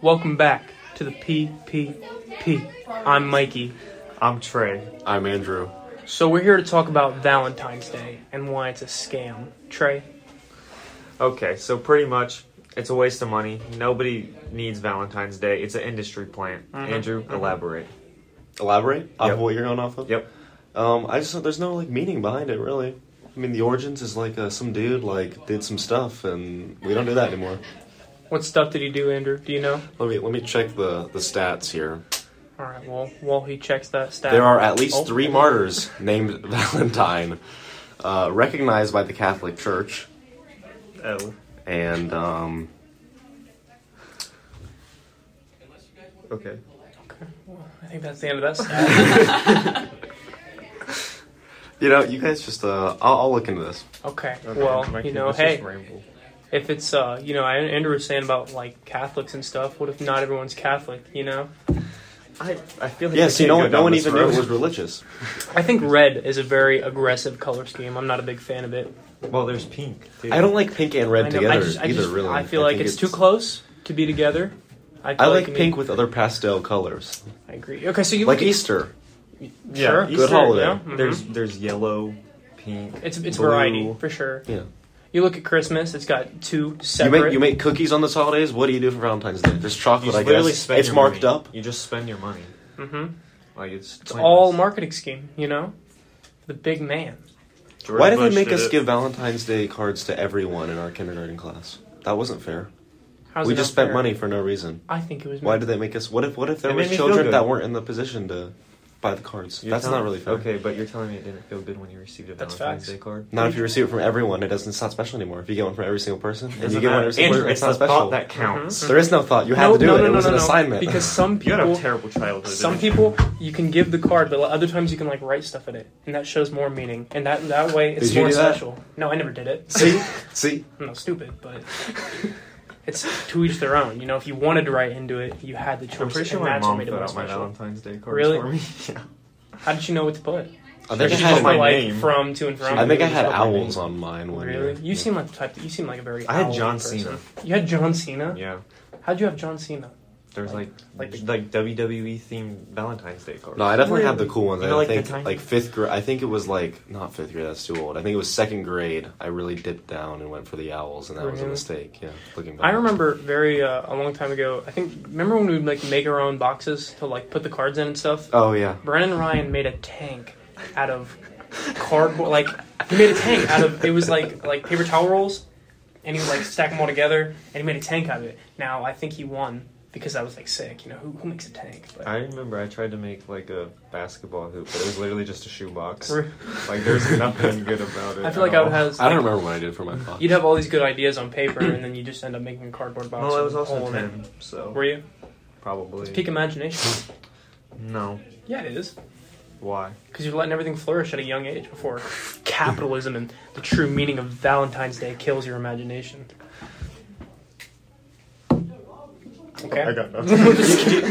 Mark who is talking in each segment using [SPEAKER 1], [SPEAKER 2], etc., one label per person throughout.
[SPEAKER 1] Welcome back to the PPP. I'm Mikey.
[SPEAKER 2] I'm Trey.
[SPEAKER 3] I'm Andrew.
[SPEAKER 1] So we're here to talk about Valentine's Day and why it's a scam. Trey,
[SPEAKER 2] Okay, so pretty much it's a waste of money. Nobody needs Valentine's Day. It's an industry plant. Andrew, elaborate.
[SPEAKER 3] Elaborate off
[SPEAKER 2] Yep.
[SPEAKER 3] of what you're going off of.
[SPEAKER 2] Yep.
[SPEAKER 3] Um, I just there's no like meaning behind it really. I mean, the origins is like uh, some dude like did some stuff, and we don't do that anymore.
[SPEAKER 1] what stuff did he do, Andrew? Do you know?
[SPEAKER 3] Let me let me check the the stats here.
[SPEAKER 1] All right. Well, while he checks that stat,
[SPEAKER 3] There are at least
[SPEAKER 1] Oh.
[SPEAKER 3] three martyrs named Valentine, uh, recognized by the Catholic Church,
[SPEAKER 2] Oh,
[SPEAKER 3] and um,
[SPEAKER 2] okay.
[SPEAKER 1] I think that's the end of that stat.
[SPEAKER 3] you know, you guys just uh, I'll, I'll look into this.
[SPEAKER 1] okay.
[SPEAKER 2] okay.
[SPEAKER 1] Well,
[SPEAKER 2] Mikey,
[SPEAKER 1] you know,
[SPEAKER 2] let's just
[SPEAKER 1] hey,
[SPEAKER 2] ramble.
[SPEAKER 1] if it's uh, you know, Andrew was saying about like Catholics and stuff. What if not everyone's Catholic? You know,
[SPEAKER 2] I, I feel like
[SPEAKER 3] Yes,
[SPEAKER 2] we
[SPEAKER 3] you
[SPEAKER 2] can't
[SPEAKER 3] know,
[SPEAKER 2] go
[SPEAKER 3] no
[SPEAKER 2] down
[SPEAKER 3] one
[SPEAKER 2] this
[SPEAKER 3] even knew
[SPEAKER 2] road.
[SPEAKER 3] it was religious.
[SPEAKER 1] I think red is a very aggressive color scheme. I'm not a big fan of it.
[SPEAKER 2] Well, there's pink. Too.
[SPEAKER 3] I don't like pink and red
[SPEAKER 1] I know,
[SPEAKER 3] together
[SPEAKER 1] I just, I
[SPEAKER 3] either.
[SPEAKER 1] just-
[SPEAKER 3] really,
[SPEAKER 1] I feel like
[SPEAKER 3] think
[SPEAKER 1] it's, too close to be together.
[SPEAKER 3] I
[SPEAKER 1] feel
[SPEAKER 3] like
[SPEAKER 1] it
[SPEAKER 3] pink
[SPEAKER 1] need-
[SPEAKER 3] with other pastel colors,
[SPEAKER 1] I agree. Okay, so you
[SPEAKER 3] like
[SPEAKER 1] look at-
[SPEAKER 3] Easter.
[SPEAKER 2] Yeah, Mm-hmm.
[SPEAKER 1] sure,
[SPEAKER 2] Easter,
[SPEAKER 3] good holiday.
[SPEAKER 1] yeah, mhm.
[SPEAKER 2] There's there's yellow, pink.
[SPEAKER 1] it's it's
[SPEAKER 2] blue.
[SPEAKER 1] variety for sure.
[SPEAKER 3] Yeah,
[SPEAKER 1] You look at Christmas; it's got two
[SPEAKER 3] you
[SPEAKER 1] separate.
[SPEAKER 3] make you make cookies on this holidays. What do you do for Valentine's Day? There's
[SPEAKER 2] You
[SPEAKER 3] chocolate.
[SPEAKER 2] just
[SPEAKER 3] I
[SPEAKER 2] literally
[SPEAKER 3] guess
[SPEAKER 2] spend
[SPEAKER 3] it's
[SPEAKER 2] your
[SPEAKER 3] marked
[SPEAKER 2] money.
[SPEAKER 3] up.
[SPEAKER 2] You just spend your money.
[SPEAKER 1] hmm
[SPEAKER 2] Like it's,
[SPEAKER 1] It's all
[SPEAKER 2] pointless.
[SPEAKER 1] marketing scheme, you know. The big man.
[SPEAKER 2] George
[SPEAKER 3] Why did they
[SPEAKER 2] Bush
[SPEAKER 3] make us
[SPEAKER 2] it.
[SPEAKER 3] give Valentine's Day cards to everyone in our kindergarten class? That wasn't fair.
[SPEAKER 1] How's
[SPEAKER 3] we
[SPEAKER 1] it
[SPEAKER 3] just
[SPEAKER 1] not
[SPEAKER 3] spent
[SPEAKER 1] fair?
[SPEAKER 3] money for no reason.
[SPEAKER 1] I think it was.
[SPEAKER 3] Why
[SPEAKER 1] meant-
[SPEAKER 3] did they make us? What if what if there
[SPEAKER 2] It
[SPEAKER 3] was
[SPEAKER 2] made me feel
[SPEAKER 3] children
[SPEAKER 2] good.
[SPEAKER 3] that weren't in the position to buy the cards?
[SPEAKER 2] You're
[SPEAKER 3] That's
[SPEAKER 2] telling-
[SPEAKER 3] not really fair.
[SPEAKER 2] Okay, but you're telling me it didn't feel good when you received a
[SPEAKER 1] That's
[SPEAKER 2] Valentine's
[SPEAKER 1] facts.
[SPEAKER 2] Day card.
[SPEAKER 3] Not if you receive it from everyone. It doesn't. It's not special anymore. If you get one from every single person, and you
[SPEAKER 2] Doesn't
[SPEAKER 3] get one
[SPEAKER 2] matter.
[SPEAKER 3] every single
[SPEAKER 2] Andrew,
[SPEAKER 3] person, it's
[SPEAKER 2] it's
[SPEAKER 3] not
[SPEAKER 2] the
[SPEAKER 3] special.
[SPEAKER 2] thought that
[SPEAKER 1] Mm-hmm.
[SPEAKER 2] counts.
[SPEAKER 3] There is no thought. You had
[SPEAKER 1] no,
[SPEAKER 3] to do
[SPEAKER 1] no,
[SPEAKER 3] it.
[SPEAKER 1] No,
[SPEAKER 3] it
[SPEAKER 1] no,
[SPEAKER 3] was
[SPEAKER 1] no,
[SPEAKER 3] an
[SPEAKER 1] no.
[SPEAKER 3] assignment.
[SPEAKER 1] Because some
[SPEAKER 2] You had a
[SPEAKER 1] people,
[SPEAKER 2] terrible childhood.
[SPEAKER 1] some people, you can give the card, but like, other times you can like write stuff in it, and that shows more meaning. And that that way, it's
[SPEAKER 3] Did you
[SPEAKER 1] more
[SPEAKER 3] do that?
[SPEAKER 1] special. No, I never did it.
[SPEAKER 3] see, see,
[SPEAKER 1] I'm not stupid, but it's to each their own. You know, if you wanted to write into it, you had the choice.
[SPEAKER 2] I'm pretty sure
[SPEAKER 1] and
[SPEAKER 2] my
[SPEAKER 1] that's what
[SPEAKER 2] mom
[SPEAKER 1] made it
[SPEAKER 2] put
[SPEAKER 1] more
[SPEAKER 2] out my
[SPEAKER 1] special.
[SPEAKER 2] Valentine's Day cards
[SPEAKER 1] Really?
[SPEAKER 2] for me. yeah.
[SPEAKER 1] How did you know what to put?
[SPEAKER 3] I think I
[SPEAKER 2] She
[SPEAKER 1] Just
[SPEAKER 2] had
[SPEAKER 1] put
[SPEAKER 2] my
[SPEAKER 3] had.
[SPEAKER 1] like
[SPEAKER 2] name.
[SPEAKER 1] from to and from.
[SPEAKER 3] I think I had
[SPEAKER 2] She put my
[SPEAKER 3] owls on mine one year.
[SPEAKER 1] Really? You seem like the type. That, you seem like a very.
[SPEAKER 2] I had
[SPEAKER 1] owl
[SPEAKER 2] John
[SPEAKER 1] person.
[SPEAKER 2] Cena.
[SPEAKER 1] You had John Cena.
[SPEAKER 2] Yeah.
[SPEAKER 1] How'd you have John Cena?
[SPEAKER 2] There's like
[SPEAKER 1] Like
[SPEAKER 2] like,
[SPEAKER 1] the-
[SPEAKER 2] WWE themed Valentine's Day cards.
[SPEAKER 3] No, I definitely had the cool ones.
[SPEAKER 2] You know,
[SPEAKER 3] I
[SPEAKER 2] like the
[SPEAKER 3] think
[SPEAKER 2] tiny-
[SPEAKER 3] like fifth grade. I think it was like not fifth grade. That's too old. I think it was second grade. I really dipped down and went for the owls, and that was a
[SPEAKER 1] Really?
[SPEAKER 3] mistake. Yeah, looking back.
[SPEAKER 1] I remember very uh, a long time ago. I think remember when we would like make our own boxes to like put the cards in and stuff.
[SPEAKER 3] Oh yeah.
[SPEAKER 1] Brennan Ryan made a tank out of cardboard. Like he made a tank out of it was like like paper towel rolls, and he would like stack them all together, and he made a tank out of it. Now I think he won because I was like sick. You know who, who makes a tank? But
[SPEAKER 2] I remember I tried to make like a basketball hoop, but it was literally just a shoebox.
[SPEAKER 1] Re-
[SPEAKER 2] like there's nothing good about it.
[SPEAKER 1] I feel like
[SPEAKER 2] at
[SPEAKER 1] I
[SPEAKER 2] all.
[SPEAKER 1] would have.
[SPEAKER 3] I don't remember what I did for my box.
[SPEAKER 1] You'd have all these good ideas on paper, and then you just end up making a cardboard box.
[SPEAKER 2] Well, I
[SPEAKER 1] and
[SPEAKER 2] was also
[SPEAKER 1] hole in it.
[SPEAKER 2] ten, so
[SPEAKER 1] Were you?
[SPEAKER 2] probably
[SPEAKER 1] Peak imagination.
[SPEAKER 2] no.
[SPEAKER 1] yeah, it is.
[SPEAKER 2] Why?
[SPEAKER 1] Because you're letting everything flourish at a young age before capitalism and the true meaning of Valentine's Day kills your imagination. Okay.
[SPEAKER 2] got nothing.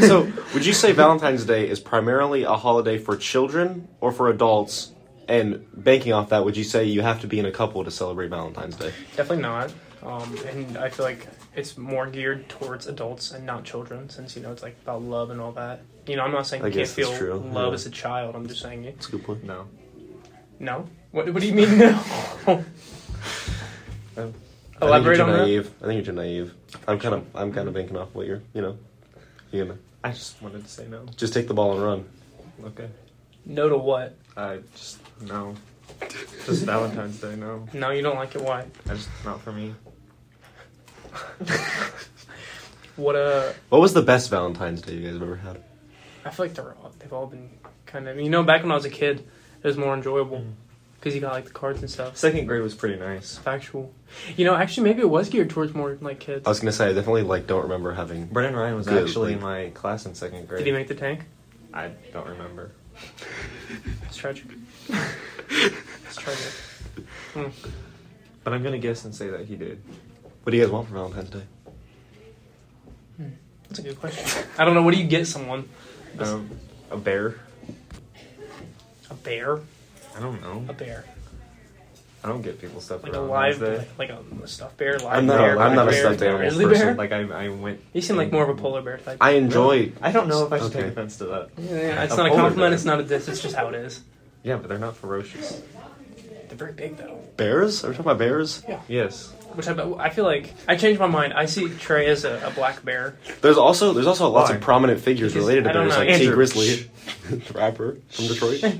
[SPEAKER 3] so, would you say Valentine's Day is primarily a holiday for children or for adults? And banking off that, would you say you have to be in a couple to celebrate Valentine's Day?
[SPEAKER 1] Definitely not. Um, and I feel like it's more geared towards adults and not children, since you know it's like about love and all that. You know, I'm not saying
[SPEAKER 3] I
[SPEAKER 1] you can't
[SPEAKER 3] guess that's
[SPEAKER 1] feel
[SPEAKER 3] true,
[SPEAKER 1] love
[SPEAKER 3] yeah.
[SPEAKER 1] as a child. I'm just saying it.
[SPEAKER 3] That's a good point.
[SPEAKER 2] no.
[SPEAKER 1] No. What? What do you mean no?
[SPEAKER 3] I Um, think
[SPEAKER 1] Elaborate
[SPEAKER 3] you're
[SPEAKER 1] on
[SPEAKER 3] too
[SPEAKER 1] that.
[SPEAKER 3] naive. I think you're too naive. I'm kind of, I'm kind of banking off what you're, you know, you're gonna
[SPEAKER 2] I just wanted to say no.
[SPEAKER 3] just take the ball and run.
[SPEAKER 2] Okay.
[SPEAKER 1] No to what?
[SPEAKER 2] I just no. Just Valentine's Day, no.
[SPEAKER 1] No, you don't like it. Why?
[SPEAKER 2] I just not for me.
[SPEAKER 1] What? Uh,
[SPEAKER 3] What was the best Valentine's Day you guys have ever had?
[SPEAKER 1] I feel like they're all, they've all been kind of. You know, back when I was a kid, it was more enjoyable
[SPEAKER 2] Mm.
[SPEAKER 1] because you got like the cards and stuff.
[SPEAKER 2] Second grade was pretty nice.
[SPEAKER 1] Factual. You know, actually, maybe it was geared towards more like kids.
[SPEAKER 3] I was gonna say I definitely like don't remember having.
[SPEAKER 2] Brennan Ryan was
[SPEAKER 3] Good,
[SPEAKER 2] actually in
[SPEAKER 3] like-
[SPEAKER 2] my class in second grade.
[SPEAKER 1] Did he make the tank?
[SPEAKER 2] I don't remember.
[SPEAKER 1] It's tragic. it's tragic. Hmm.
[SPEAKER 2] But I'm gonna guess and say that he did.
[SPEAKER 3] What do you guys want for Valentine's Day?
[SPEAKER 1] That's a good question. I don't know. What do you get someone?
[SPEAKER 2] Um, a bear?
[SPEAKER 1] A bear?
[SPEAKER 2] I don't know.
[SPEAKER 1] A bear.
[SPEAKER 2] I don't get people stuff
[SPEAKER 1] Like
[SPEAKER 2] for
[SPEAKER 1] a
[SPEAKER 2] Valentine's
[SPEAKER 1] live,
[SPEAKER 2] Day.
[SPEAKER 1] like, like a stuffed bear, live
[SPEAKER 3] I'm not-
[SPEAKER 1] bear,
[SPEAKER 3] I'm
[SPEAKER 1] black
[SPEAKER 3] not a
[SPEAKER 1] bear,
[SPEAKER 3] stuffed animal
[SPEAKER 1] grizzly
[SPEAKER 2] person.
[SPEAKER 1] bear.
[SPEAKER 2] Like I, I went.
[SPEAKER 1] You seem like more of a polar bear type.
[SPEAKER 3] I enjoy.
[SPEAKER 2] I don't know if I should take
[SPEAKER 3] Okay.
[SPEAKER 2] offense to that.
[SPEAKER 1] Yeah, yeah, it's
[SPEAKER 2] A
[SPEAKER 1] not a
[SPEAKER 2] polar
[SPEAKER 1] compliment.
[SPEAKER 2] bear.
[SPEAKER 1] It's not a diss. It's just how it is.
[SPEAKER 2] Yeah, but they're not ferocious.
[SPEAKER 1] They're very big though.
[SPEAKER 3] Bears? Are we talking about bears?
[SPEAKER 2] Yes.
[SPEAKER 1] Which I, I feel like I changed my mind. I see Trey as a, a black bear.
[SPEAKER 3] There's also there's also lots of
[SPEAKER 2] Why?
[SPEAKER 3] prominent figures
[SPEAKER 1] Because-
[SPEAKER 3] related to
[SPEAKER 1] I don't
[SPEAKER 3] bears,
[SPEAKER 1] know.
[SPEAKER 3] like T
[SPEAKER 2] Andrew, shh.
[SPEAKER 3] Grizzly, the rapper from Detroit.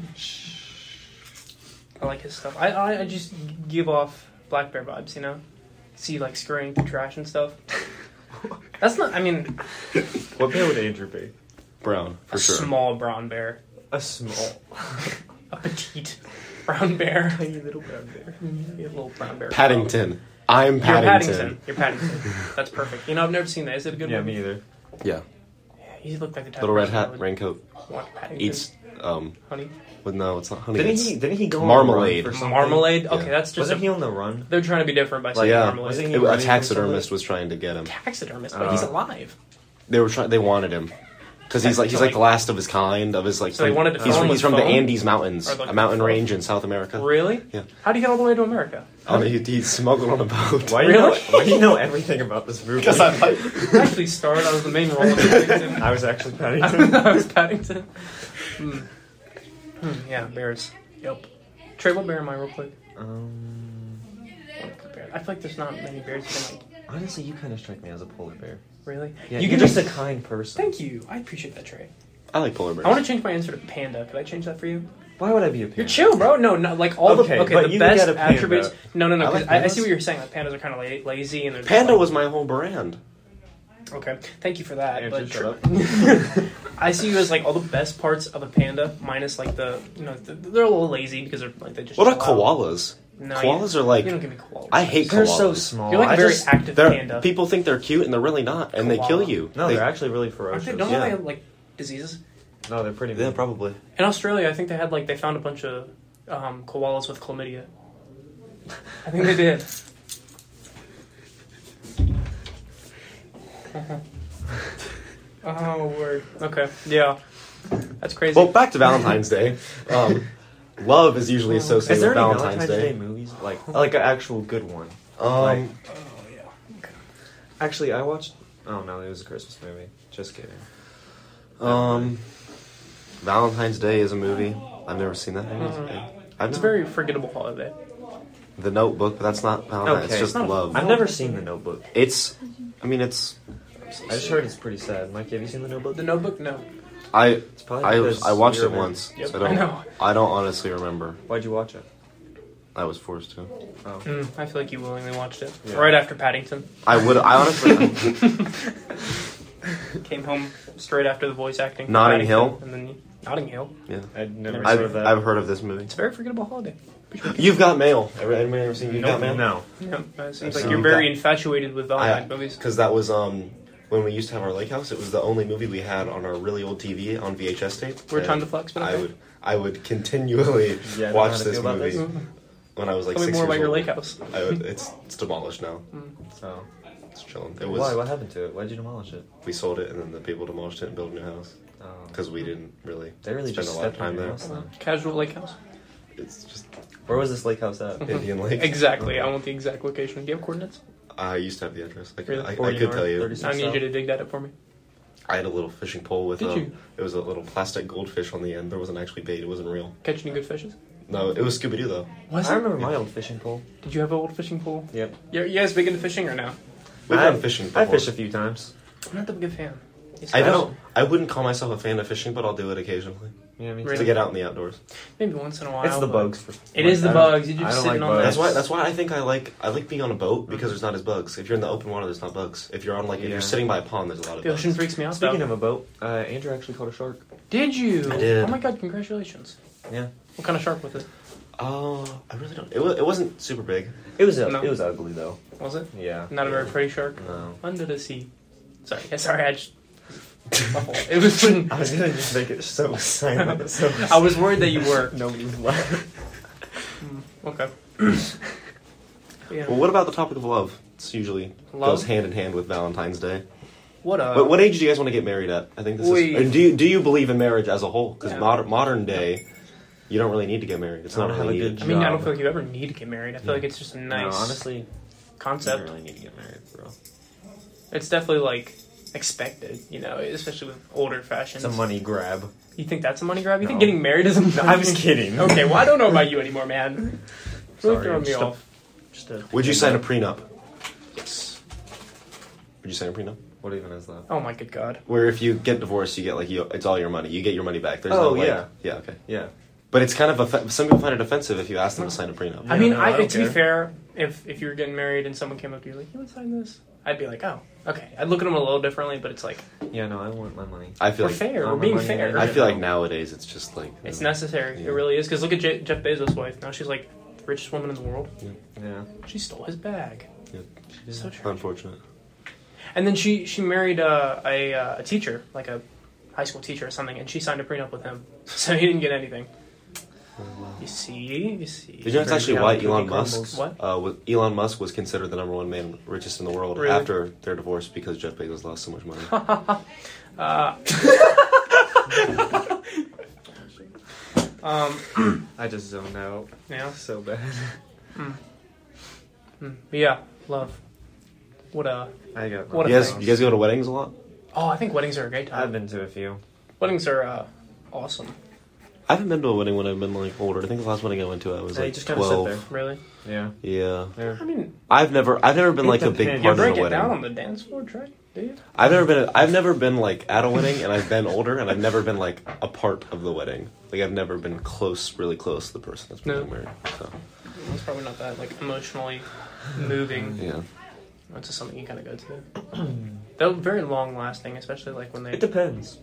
[SPEAKER 1] I like his stuff. I, I I just give off black bear vibes. You know, see like scurrying through trash and stuff. That's not. I mean,
[SPEAKER 2] What bear would Andrew be?
[SPEAKER 3] Brown for
[SPEAKER 1] a
[SPEAKER 3] sure.
[SPEAKER 1] small brown bear,
[SPEAKER 2] A small,
[SPEAKER 1] a petite brown bear,
[SPEAKER 2] tiny little brown bear.
[SPEAKER 1] a little brown bear.
[SPEAKER 3] Paddington. I'm
[SPEAKER 1] You're
[SPEAKER 3] Paddington.
[SPEAKER 1] Paddington. You're Paddington. That's perfect. You know, I've never seen that. Is it a good
[SPEAKER 2] Yeah,
[SPEAKER 1] movie?
[SPEAKER 2] me either.
[SPEAKER 3] Yeah.
[SPEAKER 1] He looked like the type of
[SPEAKER 3] Little red
[SPEAKER 1] person that
[SPEAKER 3] hat,
[SPEAKER 1] would
[SPEAKER 3] raincoat,
[SPEAKER 1] want Paddington.
[SPEAKER 3] eats um.
[SPEAKER 1] honey
[SPEAKER 3] Well, no, it's not honey.
[SPEAKER 2] Didn't
[SPEAKER 3] it's-
[SPEAKER 2] he? Didn't he go
[SPEAKER 3] Marmalade.
[SPEAKER 2] On a run for something?
[SPEAKER 1] marmalade. Okay,
[SPEAKER 3] Yeah.
[SPEAKER 1] that's just. A,
[SPEAKER 2] Wasn't he on the run?
[SPEAKER 1] they're trying to be different by
[SPEAKER 2] Like,
[SPEAKER 1] saying
[SPEAKER 3] yeah.
[SPEAKER 1] marmalade.
[SPEAKER 2] wasn't he-
[SPEAKER 3] It, a
[SPEAKER 2] running from
[SPEAKER 3] taxidermist
[SPEAKER 2] somebody?
[SPEAKER 3] was trying to get him.
[SPEAKER 1] taxidermist, but he's
[SPEAKER 2] Uh,
[SPEAKER 1] alive.
[SPEAKER 3] They were trying. They wanted him because he's like he's like the last of his kind of his like.
[SPEAKER 1] So they
[SPEAKER 3] from-
[SPEAKER 1] wanted to
[SPEAKER 3] he's
[SPEAKER 1] film
[SPEAKER 3] from,
[SPEAKER 1] with
[SPEAKER 3] he's from the
[SPEAKER 1] foam?
[SPEAKER 3] Andes Mountains,
[SPEAKER 1] Or like
[SPEAKER 3] a mountain
[SPEAKER 1] foam?
[SPEAKER 3] range in South America.
[SPEAKER 1] Really?
[SPEAKER 3] Yeah.
[SPEAKER 1] How'd he get all the way to America?
[SPEAKER 3] Um, he, he smuggled on a boat.
[SPEAKER 2] Why do you know?
[SPEAKER 1] Really?
[SPEAKER 2] Why do you know everything about this movie?
[SPEAKER 3] Because I like.
[SPEAKER 1] I actually starred. I was the main role. Of Paddington.
[SPEAKER 2] I was actually Paddington.
[SPEAKER 1] I was Paddington. Hmm. Hmm, yeah, bears. Yep. Trey, what bear am I, real quick?
[SPEAKER 2] um,
[SPEAKER 1] I feel like there's not many bears. You can, like,
[SPEAKER 2] honestly, you kind of strike me as a polar bear.
[SPEAKER 1] really?
[SPEAKER 2] Yeah,
[SPEAKER 1] you can
[SPEAKER 2] you're just
[SPEAKER 1] just.
[SPEAKER 2] a kind person.
[SPEAKER 1] Thank you. I appreciate that, Trey.
[SPEAKER 3] I like polar bears.
[SPEAKER 1] I want to change my answer to panda. Could I change that for you?
[SPEAKER 2] Why would I be a panda?
[SPEAKER 1] You're chill, bro. No, no, like all
[SPEAKER 2] Okay,
[SPEAKER 1] the okay,
[SPEAKER 2] but
[SPEAKER 1] the
[SPEAKER 2] you
[SPEAKER 1] best
[SPEAKER 2] get a panda.
[SPEAKER 1] attributes. No, no, no.
[SPEAKER 3] I
[SPEAKER 1] 'cause
[SPEAKER 3] like
[SPEAKER 1] I, I,
[SPEAKER 3] pandas.
[SPEAKER 1] see what you're saying. Like pandas are kind of la- lazy and they're just
[SPEAKER 3] Panda
[SPEAKER 1] like-
[SPEAKER 3] was my whole brand.
[SPEAKER 1] okay. Thank you for that.
[SPEAKER 2] Andrew,
[SPEAKER 1] but
[SPEAKER 2] shut
[SPEAKER 1] tr-
[SPEAKER 2] up.
[SPEAKER 1] I see you as like all the best parts of a panda, minus like the you know the, they're a little lazy because they're like they just.
[SPEAKER 3] What about
[SPEAKER 1] chill out.
[SPEAKER 3] koalas?
[SPEAKER 1] No,
[SPEAKER 3] koalas
[SPEAKER 1] you,
[SPEAKER 3] are like
[SPEAKER 1] you don't give me koalas.
[SPEAKER 3] I hate
[SPEAKER 2] They're
[SPEAKER 3] koalas.
[SPEAKER 2] so small.
[SPEAKER 1] You're like a
[SPEAKER 2] I
[SPEAKER 1] very
[SPEAKER 2] just,
[SPEAKER 1] active
[SPEAKER 3] They're-
[SPEAKER 1] panda.
[SPEAKER 3] people think they're cute and they're really not, and they
[SPEAKER 1] Koala.
[SPEAKER 3] kill you.
[SPEAKER 2] no,
[SPEAKER 3] they,
[SPEAKER 2] they're actually really
[SPEAKER 1] Aren't
[SPEAKER 2] ferocious.
[SPEAKER 1] they, don't
[SPEAKER 3] yeah.
[SPEAKER 1] they have like diseases?
[SPEAKER 2] No, they're pretty.
[SPEAKER 3] yeah,
[SPEAKER 2] mean.
[SPEAKER 3] probably.
[SPEAKER 1] In Australia, I think they had like they found a bunch of um, koalas with chlamydia. I think they did. oh word. Okay. Yeah. That's crazy.
[SPEAKER 3] Well, back to Valentine's Day. Um, love is usually associated
[SPEAKER 2] Is there
[SPEAKER 3] with
[SPEAKER 2] any
[SPEAKER 3] Valentine's, Day.
[SPEAKER 2] movies like like an actual good one?
[SPEAKER 3] Um,
[SPEAKER 2] Actually, I watched. Oh no, it was a Christmas movie. Just kidding.
[SPEAKER 3] um, Valentine's Day is a movie. I've never seen that.
[SPEAKER 2] Hmm.
[SPEAKER 3] I've
[SPEAKER 1] it's a
[SPEAKER 3] never-
[SPEAKER 1] very forgettable holiday.
[SPEAKER 3] The Notebook, but that's not Valentine's. It's
[SPEAKER 2] Okay.
[SPEAKER 3] just
[SPEAKER 1] Oh, It's not-
[SPEAKER 3] love.
[SPEAKER 2] I've never seen The Notebook.
[SPEAKER 3] It's. I mean, it's.
[SPEAKER 2] I just heard it's pretty sad. Mike, have you seen The Notebook?
[SPEAKER 1] The Notebook, no.
[SPEAKER 3] I.
[SPEAKER 2] It's probably
[SPEAKER 3] I,
[SPEAKER 2] because
[SPEAKER 3] I watched
[SPEAKER 2] you're
[SPEAKER 3] it
[SPEAKER 2] a man.
[SPEAKER 3] once.
[SPEAKER 1] Yep,
[SPEAKER 3] so
[SPEAKER 1] I
[SPEAKER 3] I
[SPEAKER 1] know.
[SPEAKER 3] don't. I don't honestly remember.
[SPEAKER 2] Why'd you watch it?
[SPEAKER 3] I was forced to.
[SPEAKER 2] Oh.
[SPEAKER 1] Mm, I feel like you willingly watched it
[SPEAKER 2] Yeah.
[SPEAKER 1] right after Paddington.
[SPEAKER 3] I would. I honestly.
[SPEAKER 1] Came home straight after the voice acting. for
[SPEAKER 3] Notting
[SPEAKER 1] Paddington,
[SPEAKER 3] Hill?
[SPEAKER 1] and then you- Notting Hill.
[SPEAKER 3] yeah.
[SPEAKER 2] I'd never heard of
[SPEAKER 3] I've,
[SPEAKER 2] that.
[SPEAKER 3] I've heard of this movie.
[SPEAKER 1] It's a very forgettable holiday.
[SPEAKER 3] You've got mail. Ever- Anybody ever seen You've
[SPEAKER 2] no,
[SPEAKER 3] Got Mail?
[SPEAKER 2] no.
[SPEAKER 1] Yeah, it seems
[SPEAKER 3] So
[SPEAKER 1] like you're
[SPEAKER 3] you've
[SPEAKER 1] very
[SPEAKER 3] got-
[SPEAKER 1] infatuated with
[SPEAKER 2] Oh,
[SPEAKER 1] Valentine's movies.
[SPEAKER 3] Because that was um when we used to have our lake house. It was the only movie we had on our really old TV on VHS tape.
[SPEAKER 1] We're
[SPEAKER 3] and
[SPEAKER 1] time to flex, but
[SPEAKER 3] I
[SPEAKER 1] okay.
[SPEAKER 3] would I would continually
[SPEAKER 2] Yeah, I know how
[SPEAKER 3] watch
[SPEAKER 2] to
[SPEAKER 3] this
[SPEAKER 2] feel about
[SPEAKER 3] movie
[SPEAKER 2] this.
[SPEAKER 3] when I was like
[SPEAKER 1] Tell me
[SPEAKER 3] six
[SPEAKER 1] more about
[SPEAKER 3] years
[SPEAKER 1] your
[SPEAKER 3] old.
[SPEAKER 1] lake house.
[SPEAKER 3] I would, it's it's demolished now.
[SPEAKER 2] So
[SPEAKER 3] It's chilling. It was
[SPEAKER 2] why? What happened to it? Why'd you demolish it?
[SPEAKER 3] we sold it and then the people demolished it and built a new house
[SPEAKER 2] Oh.
[SPEAKER 3] because we didn't really
[SPEAKER 2] They really
[SPEAKER 3] spend
[SPEAKER 2] just
[SPEAKER 3] a lot of
[SPEAKER 2] stepped on
[SPEAKER 3] time
[SPEAKER 2] your
[SPEAKER 3] there.
[SPEAKER 2] house,
[SPEAKER 1] Uh-huh.
[SPEAKER 2] huh?
[SPEAKER 1] Casual lake house.
[SPEAKER 3] It's just
[SPEAKER 2] Where was this lake house at?
[SPEAKER 3] Indian Lake.
[SPEAKER 1] Exactly. I want the exact location. Do you have coordinates?
[SPEAKER 3] I used to have the address. I could,
[SPEAKER 1] Really?
[SPEAKER 3] I, I
[SPEAKER 2] 40
[SPEAKER 3] could
[SPEAKER 2] north,
[SPEAKER 3] tell you.
[SPEAKER 2] 36
[SPEAKER 1] I need
[SPEAKER 2] south.
[SPEAKER 1] you to dig that up for me.
[SPEAKER 3] I had a little fishing pole with
[SPEAKER 1] Did
[SPEAKER 3] um,
[SPEAKER 1] you?
[SPEAKER 3] it was a little plastic goldfish on the end. There wasn't actually bait. It wasn't real.
[SPEAKER 1] Catch any good fishes?
[SPEAKER 3] No, it was Scooby Doo though.
[SPEAKER 1] Was
[SPEAKER 2] I
[SPEAKER 1] it?
[SPEAKER 2] remember my old fishing pole.
[SPEAKER 1] Did you have an old fishing pole?
[SPEAKER 2] Yep.
[SPEAKER 1] Yeah, you guys big into fishing or no?
[SPEAKER 3] We've
[SPEAKER 2] I-
[SPEAKER 3] done fishing. Before.
[SPEAKER 2] I fished a few times.
[SPEAKER 1] I'm not the big fan.
[SPEAKER 3] I don't. I wouldn't call myself a fan of fishing, but I'll do it occasionally
[SPEAKER 2] Yeah, me too.
[SPEAKER 1] Really?
[SPEAKER 3] to get out in the outdoors.
[SPEAKER 1] Maybe once in a while.
[SPEAKER 2] It's the
[SPEAKER 1] but-
[SPEAKER 2] bugs. For,
[SPEAKER 1] It is the
[SPEAKER 2] I don't-
[SPEAKER 1] bugs. You're just
[SPEAKER 2] I don't
[SPEAKER 1] sitting on the-
[SPEAKER 3] That's why. That's why I think I like. I like being on a boat because there's not as bugs. If you're in the open water, there's not bugs. If you're on like, if
[SPEAKER 2] Yeah.
[SPEAKER 3] you're sitting by a pond, there's a lot of
[SPEAKER 1] The
[SPEAKER 3] bugs.
[SPEAKER 1] ocean freaks me out.
[SPEAKER 2] Speaking
[SPEAKER 1] though.
[SPEAKER 2] of a boat, uh, Andrew actually caught a shark.
[SPEAKER 1] did you?
[SPEAKER 3] I did.
[SPEAKER 1] Oh my god! Congratulations.
[SPEAKER 2] Yeah.
[SPEAKER 1] What kind of shark was it?
[SPEAKER 3] Oh, I really don't. It, wa- it wasn't super big.
[SPEAKER 2] It was uh,
[SPEAKER 1] No.
[SPEAKER 2] it was ugly though.
[SPEAKER 1] Was it?
[SPEAKER 2] Yeah.
[SPEAKER 1] Not a very pretty shark.
[SPEAKER 2] No.
[SPEAKER 1] Under the sea. Sorry. Yeah, sorry. I just. it was. when-
[SPEAKER 2] I was gonna just make it so silent. So
[SPEAKER 1] I was worried that you were. Hmm,
[SPEAKER 2] nobody left.
[SPEAKER 1] Okay. yeah.
[SPEAKER 3] Well, what about the topic of love? It's usually
[SPEAKER 1] Love?
[SPEAKER 3] goes hand in hand with Valentine's Day.
[SPEAKER 1] What a.
[SPEAKER 3] But what age do you guys want to get married at? I think this
[SPEAKER 1] We-
[SPEAKER 3] is. And do you, do you believe in marriage as a whole? Because
[SPEAKER 1] Yeah.
[SPEAKER 3] modern modern day, you don't really need to get married. It's
[SPEAKER 2] I
[SPEAKER 3] not
[SPEAKER 2] wanna have
[SPEAKER 3] really
[SPEAKER 2] a good
[SPEAKER 3] needed.
[SPEAKER 1] I mean, I don't
[SPEAKER 2] Job.
[SPEAKER 1] feel like you ever need to get married. I feel like it's just a nice
[SPEAKER 2] No, honestly, you
[SPEAKER 1] concept.
[SPEAKER 2] don't really need to get married, bro.
[SPEAKER 1] It's definitely like expected, you know, especially with older fashions.
[SPEAKER 2] It's a money grab.
[SPEAKER 1] You think that's a money grab? You think
[SPEAKER 2] No.
[SPEAKER 1] getting married is a money
[SPEAKER 2] I was kidding.
[SPEAKER 1] Okay, well, I don't know about you anymore, man. Really
[SPEAKER 2] Sorry,
[SPEAKER 1] throwing me
[SPEAKER 2] just a-
[SPEAKER 1] off.
[SPEAKER 2] Just a,
[SPEAKER 3] Would you sign a prenup?
[SPEAKER 1] Yes.
[SPEAKER 3] Would you sign a prenup?
[SPEAKER 2] What even is that?
[SPEAKER 1] Oh my good god.
[SPEAKER 3] Where if you get divorced, you get like you, it's all your money. You get your money back. There's
[SPEAKER 2] Oh,
[SPEAKER 3] no like,
[SPEAKER 2] yeah.
[SPEAKER 3] yeah, okay.
[SPEAKER 2] Yeah.
[SPEAKER 3] But it's kind of off- some people find it offensive if you ask them to sign a prenup.
[SPEAKER 1] I
[SPEAKER 2] Yeah,
[SPEAKER 1] mean,
[SPEAKER 2] no, I
[SPEAKER 1] I,
[SPEAKER 2] don't
[SPEAKER 1] to be
[SPEAKER 2] care.
[SPEAKER 1] fair, if if you were getting married and someone came up to you like, "You want to sign this?" I'd be like, "Oh, okay." I'd look at them a little differently, but it's like
[SPEAKER 2] Yeah, no, I want my money.
[SPEAKER 3] I feel
[SPEAKER 1] we're
[SPEAKER 3] like
[SPEAKER 1] fair.
[SPEAKER 2] I'm
[SPEAKER 1] We're being
[SPEAKER 2] reminding
[SPEAKER 1] fair.
[SPEAKER 2] you-
[SPEAKER 3] I feel like nowadays it's just like
[SPEAKER 1] it's
[SPEAKER 3] uh,
[SPEAKER 1] necessary.
[SPEAKER 3] Yeah.
[SPEAKER 1] It really is. Because look at Je- Jeff Bezos' wife. Now she's like the richest woman in the world.
[SPEAKER 2] Yeah.
[SPEAKER 1] She stole his bag.
[SPEAKER 3] Yeah.
[SPEAKER 1] So true.
[SPEAKER 3] unfortunate.
[SPEAKER 1] And then she she married uh, a uh, a teacher, like a high school teacher or something, and she signed a prenup with him, so he didn't get anything. You see, you see.
[SPEAKER 3] Did you know it's actually why
[SPEAKER 2] Breakdown
[SPEAKER 3] Elon
[SPEAKER 2] cookie
[SPEAKER 3] Musk?
[SPEAKER 1] crumbles.
[SPEAKER 3] Uh, was, Elon Musk was considered the number one man richest in the world
[SPEAKER 1] Really?
[SPEAKER 3] after their divorce because Jeff Bezos lost so much money.
[SPEAKER 1] Uh, Um,
[SPEAKER 2] I just zoned out
[SPEAKER 1] yeah,
[SPEAKER 2] so bad.
[SPEAKER 1] Mm. But yeah, love. What uh?
[SPEAKER 2] I got
[SPEAKER 1] What
[SPEAKER 3] you
[SPEAKER 1] a
[SPEAKER 3] guys,
[SPEAKER 1] thing.
[SPEAKER 3] you guys go to weddings a lot.
[SPEAKER 1] Oh, I think weddings are a great time.
[SPEAKER 2] I've been to a few.
[SPEAKER 1] Weddings are uh, awesome.
[SPEAKER 3] I haven't been to a wedding when I've been like older. I think the last wedding I went to, I was
[SPEAKER 2] Yeah, you
[SPEAKER 3] like
[SPEAKER 2] just kinda sit there.
[SPEAKER 3] twelve.
[SPEAKER 1] Really?
[SPEAKER 2] Yeah.
[SPEAKER 3] Yeah,
[SPEAKER 2] They're-
[SPEAKER 1] I mean,
[SPEAKER 3] I've never, I've never been
[SPEAKER 2] It
[SPEAKER 3] like a
[SPEAKER 2] depends.
[SPEAKER 3] big
[SPEAKER 2] You
[SPEAKER 1] you
[SPEAKER 3] part of
[SPEAKER 1] break
[SPEAKER 3] a
[SPEAKER 1] it down on
[SPEAKER 3] wedding.
[SPEAKER 1] the dance floor, Trey. Do you?
[SPEAKER 3] I've never been, I've never been like at a wedding, and I've been older, and I've never been like a part of the wedding. Like I've never been close, really close to the person that's
[SPEAKER 1] No.
[SPEAKER 3] getting married. So
[SPEAKER 1] It's probably not that like emotionally moving.
[SPEAKER 3] Mm-hmm. yeah,
[SPEAKER 1] It's just something you kind of go to. They're very long lasting, especially like when they.
[SPEAKER 2] It depends.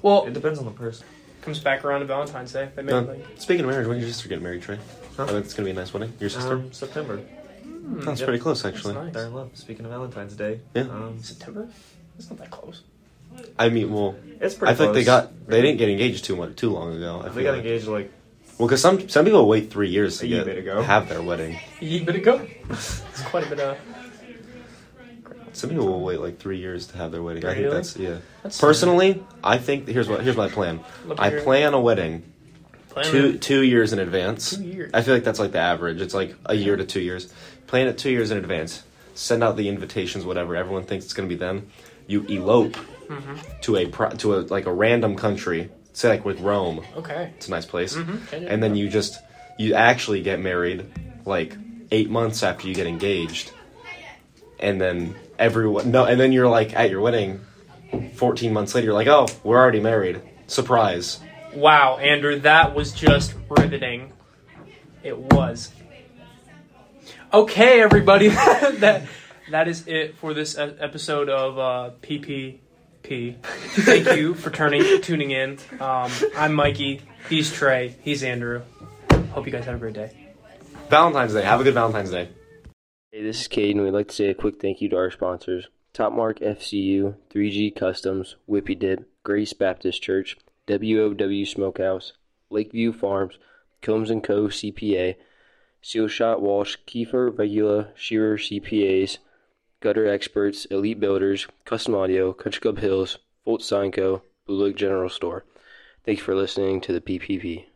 [SPEAKER 1] well,
[SPEAKER 3] Oh.
[SPEAKER 2] It depends on the person.
[SPEAKER 1] comes back around to Valentine's Day. They made
[SPEAKER 3] Uh,
[SPEAKER 1] like
[SPEAKER 3] speaking of marriage, when your sister getting married, Trey?
[SPEAKER 2] Huh?
[SPEAKER 3] I think it's gonna be a nice wedding. Your sister?
[SPEAKER 2] Um, September.
[SPEAKER 3] That's
[SPEAKER 1] hmm,
[SPEAKER 2] yep.
[SPEAKER 3] pretty close, actually.
[SPEAKER 1] nice.
[SPEAKER 2] They're in love. Speaking of Valentine's Day.
[SPEAKER 3] Yeah.
[SPEAKER 2] Um,
[SPEAKER 1] September. It's not that close.
[SPEAKER 3] I mean, well,
[SPEAKER 2] it's pretty
[SPEAKER 3] I think they
[SPEAKER 2] close.
[SPEAKER 3] got they didn't get engaged too much too long ago. I
[SPEAKER 2] They
[SPEAKER 3] feel
[SPEAKER 2] got
[SPEAKER 3] like.
[SPEAKER 2] engaged like
[SPEAKER 3] Well, because some some people wait three years to
[SPEAKER 2] A year
[SPEAKER 3] get
[SPEAKER 2] ago.
[SPEAKER 3] have their wedding.
[SPEAKER 1] You better go. It's quite a bit of.
[SPEAKER 3] Some people will wait like three years to have their wedding. I think
[SPEAKER 1] Really?
[SPEAKER 3] that's yeah.
[SPEAKER 1] That's
[SPEAKER 3] Personally, I think here's what here's my plan.
[SPEAKER 1] Look
[SPEAKER 3] I
[SPEAKER 1] here.
[SPEAKER 3] plan a wedding
[SPEAKER 1] Plan
[SPEAKER 3] two
[SPEAKER 1] it.
[SPEAKER 3] two years in advance.
[SPEAKER 1] Two years.
[SPEAKER 3] I feel like that's like the average. It's like a year to two years. Plan it two years in advance. Send out the invitations, whatever. Everyone thinks it's gonna be them. You elope
[SPEAKER 1] Mm-hmm.
[SPEAKER 3] to a pro- to a like a random country. Say like with Rome.
[SPEAKER 1] Okay.
[SPEAKER 3] It's a nice place.
[SPEAKER 1] Yeah, yeah.
[SPEAKER 3] And then you just you actually get married like eight months after you get engaged, and then everyone no, and then you're like at your wedding, fourteen months later. You're like, oh, we're already married. Surprise.
[SPEAKER 1] Wow, Andrew, that was just riveting. It was. Okay, everybody, that that is it for this e- episode of uh, PPP. Thank you for turning tuning in. Um, I'm Mikey. He's Trey. He's Andrew. Hope you guys have a great day.
[SPEAKER 3] Valentine's Day. Have a good Valentine's Day.
[SPEAKER 4] Hey, this is Caden. We'd like to say a quick thank you to our sponsors Top Mark FCU, 3G Customs, Whippy Dip, Grace Baptist Church, WOW Smokehouse, Lakeview Farms, Combs & Co. CPA, Seal Shot Walsh, Kiefer, Regula, Shearer CPAs, Gutter Experts, Elite Builders, Custom Audio, Country Club Hills, Volt Sign Co., Blue Lake General Store. Thanks for listening to the PPP.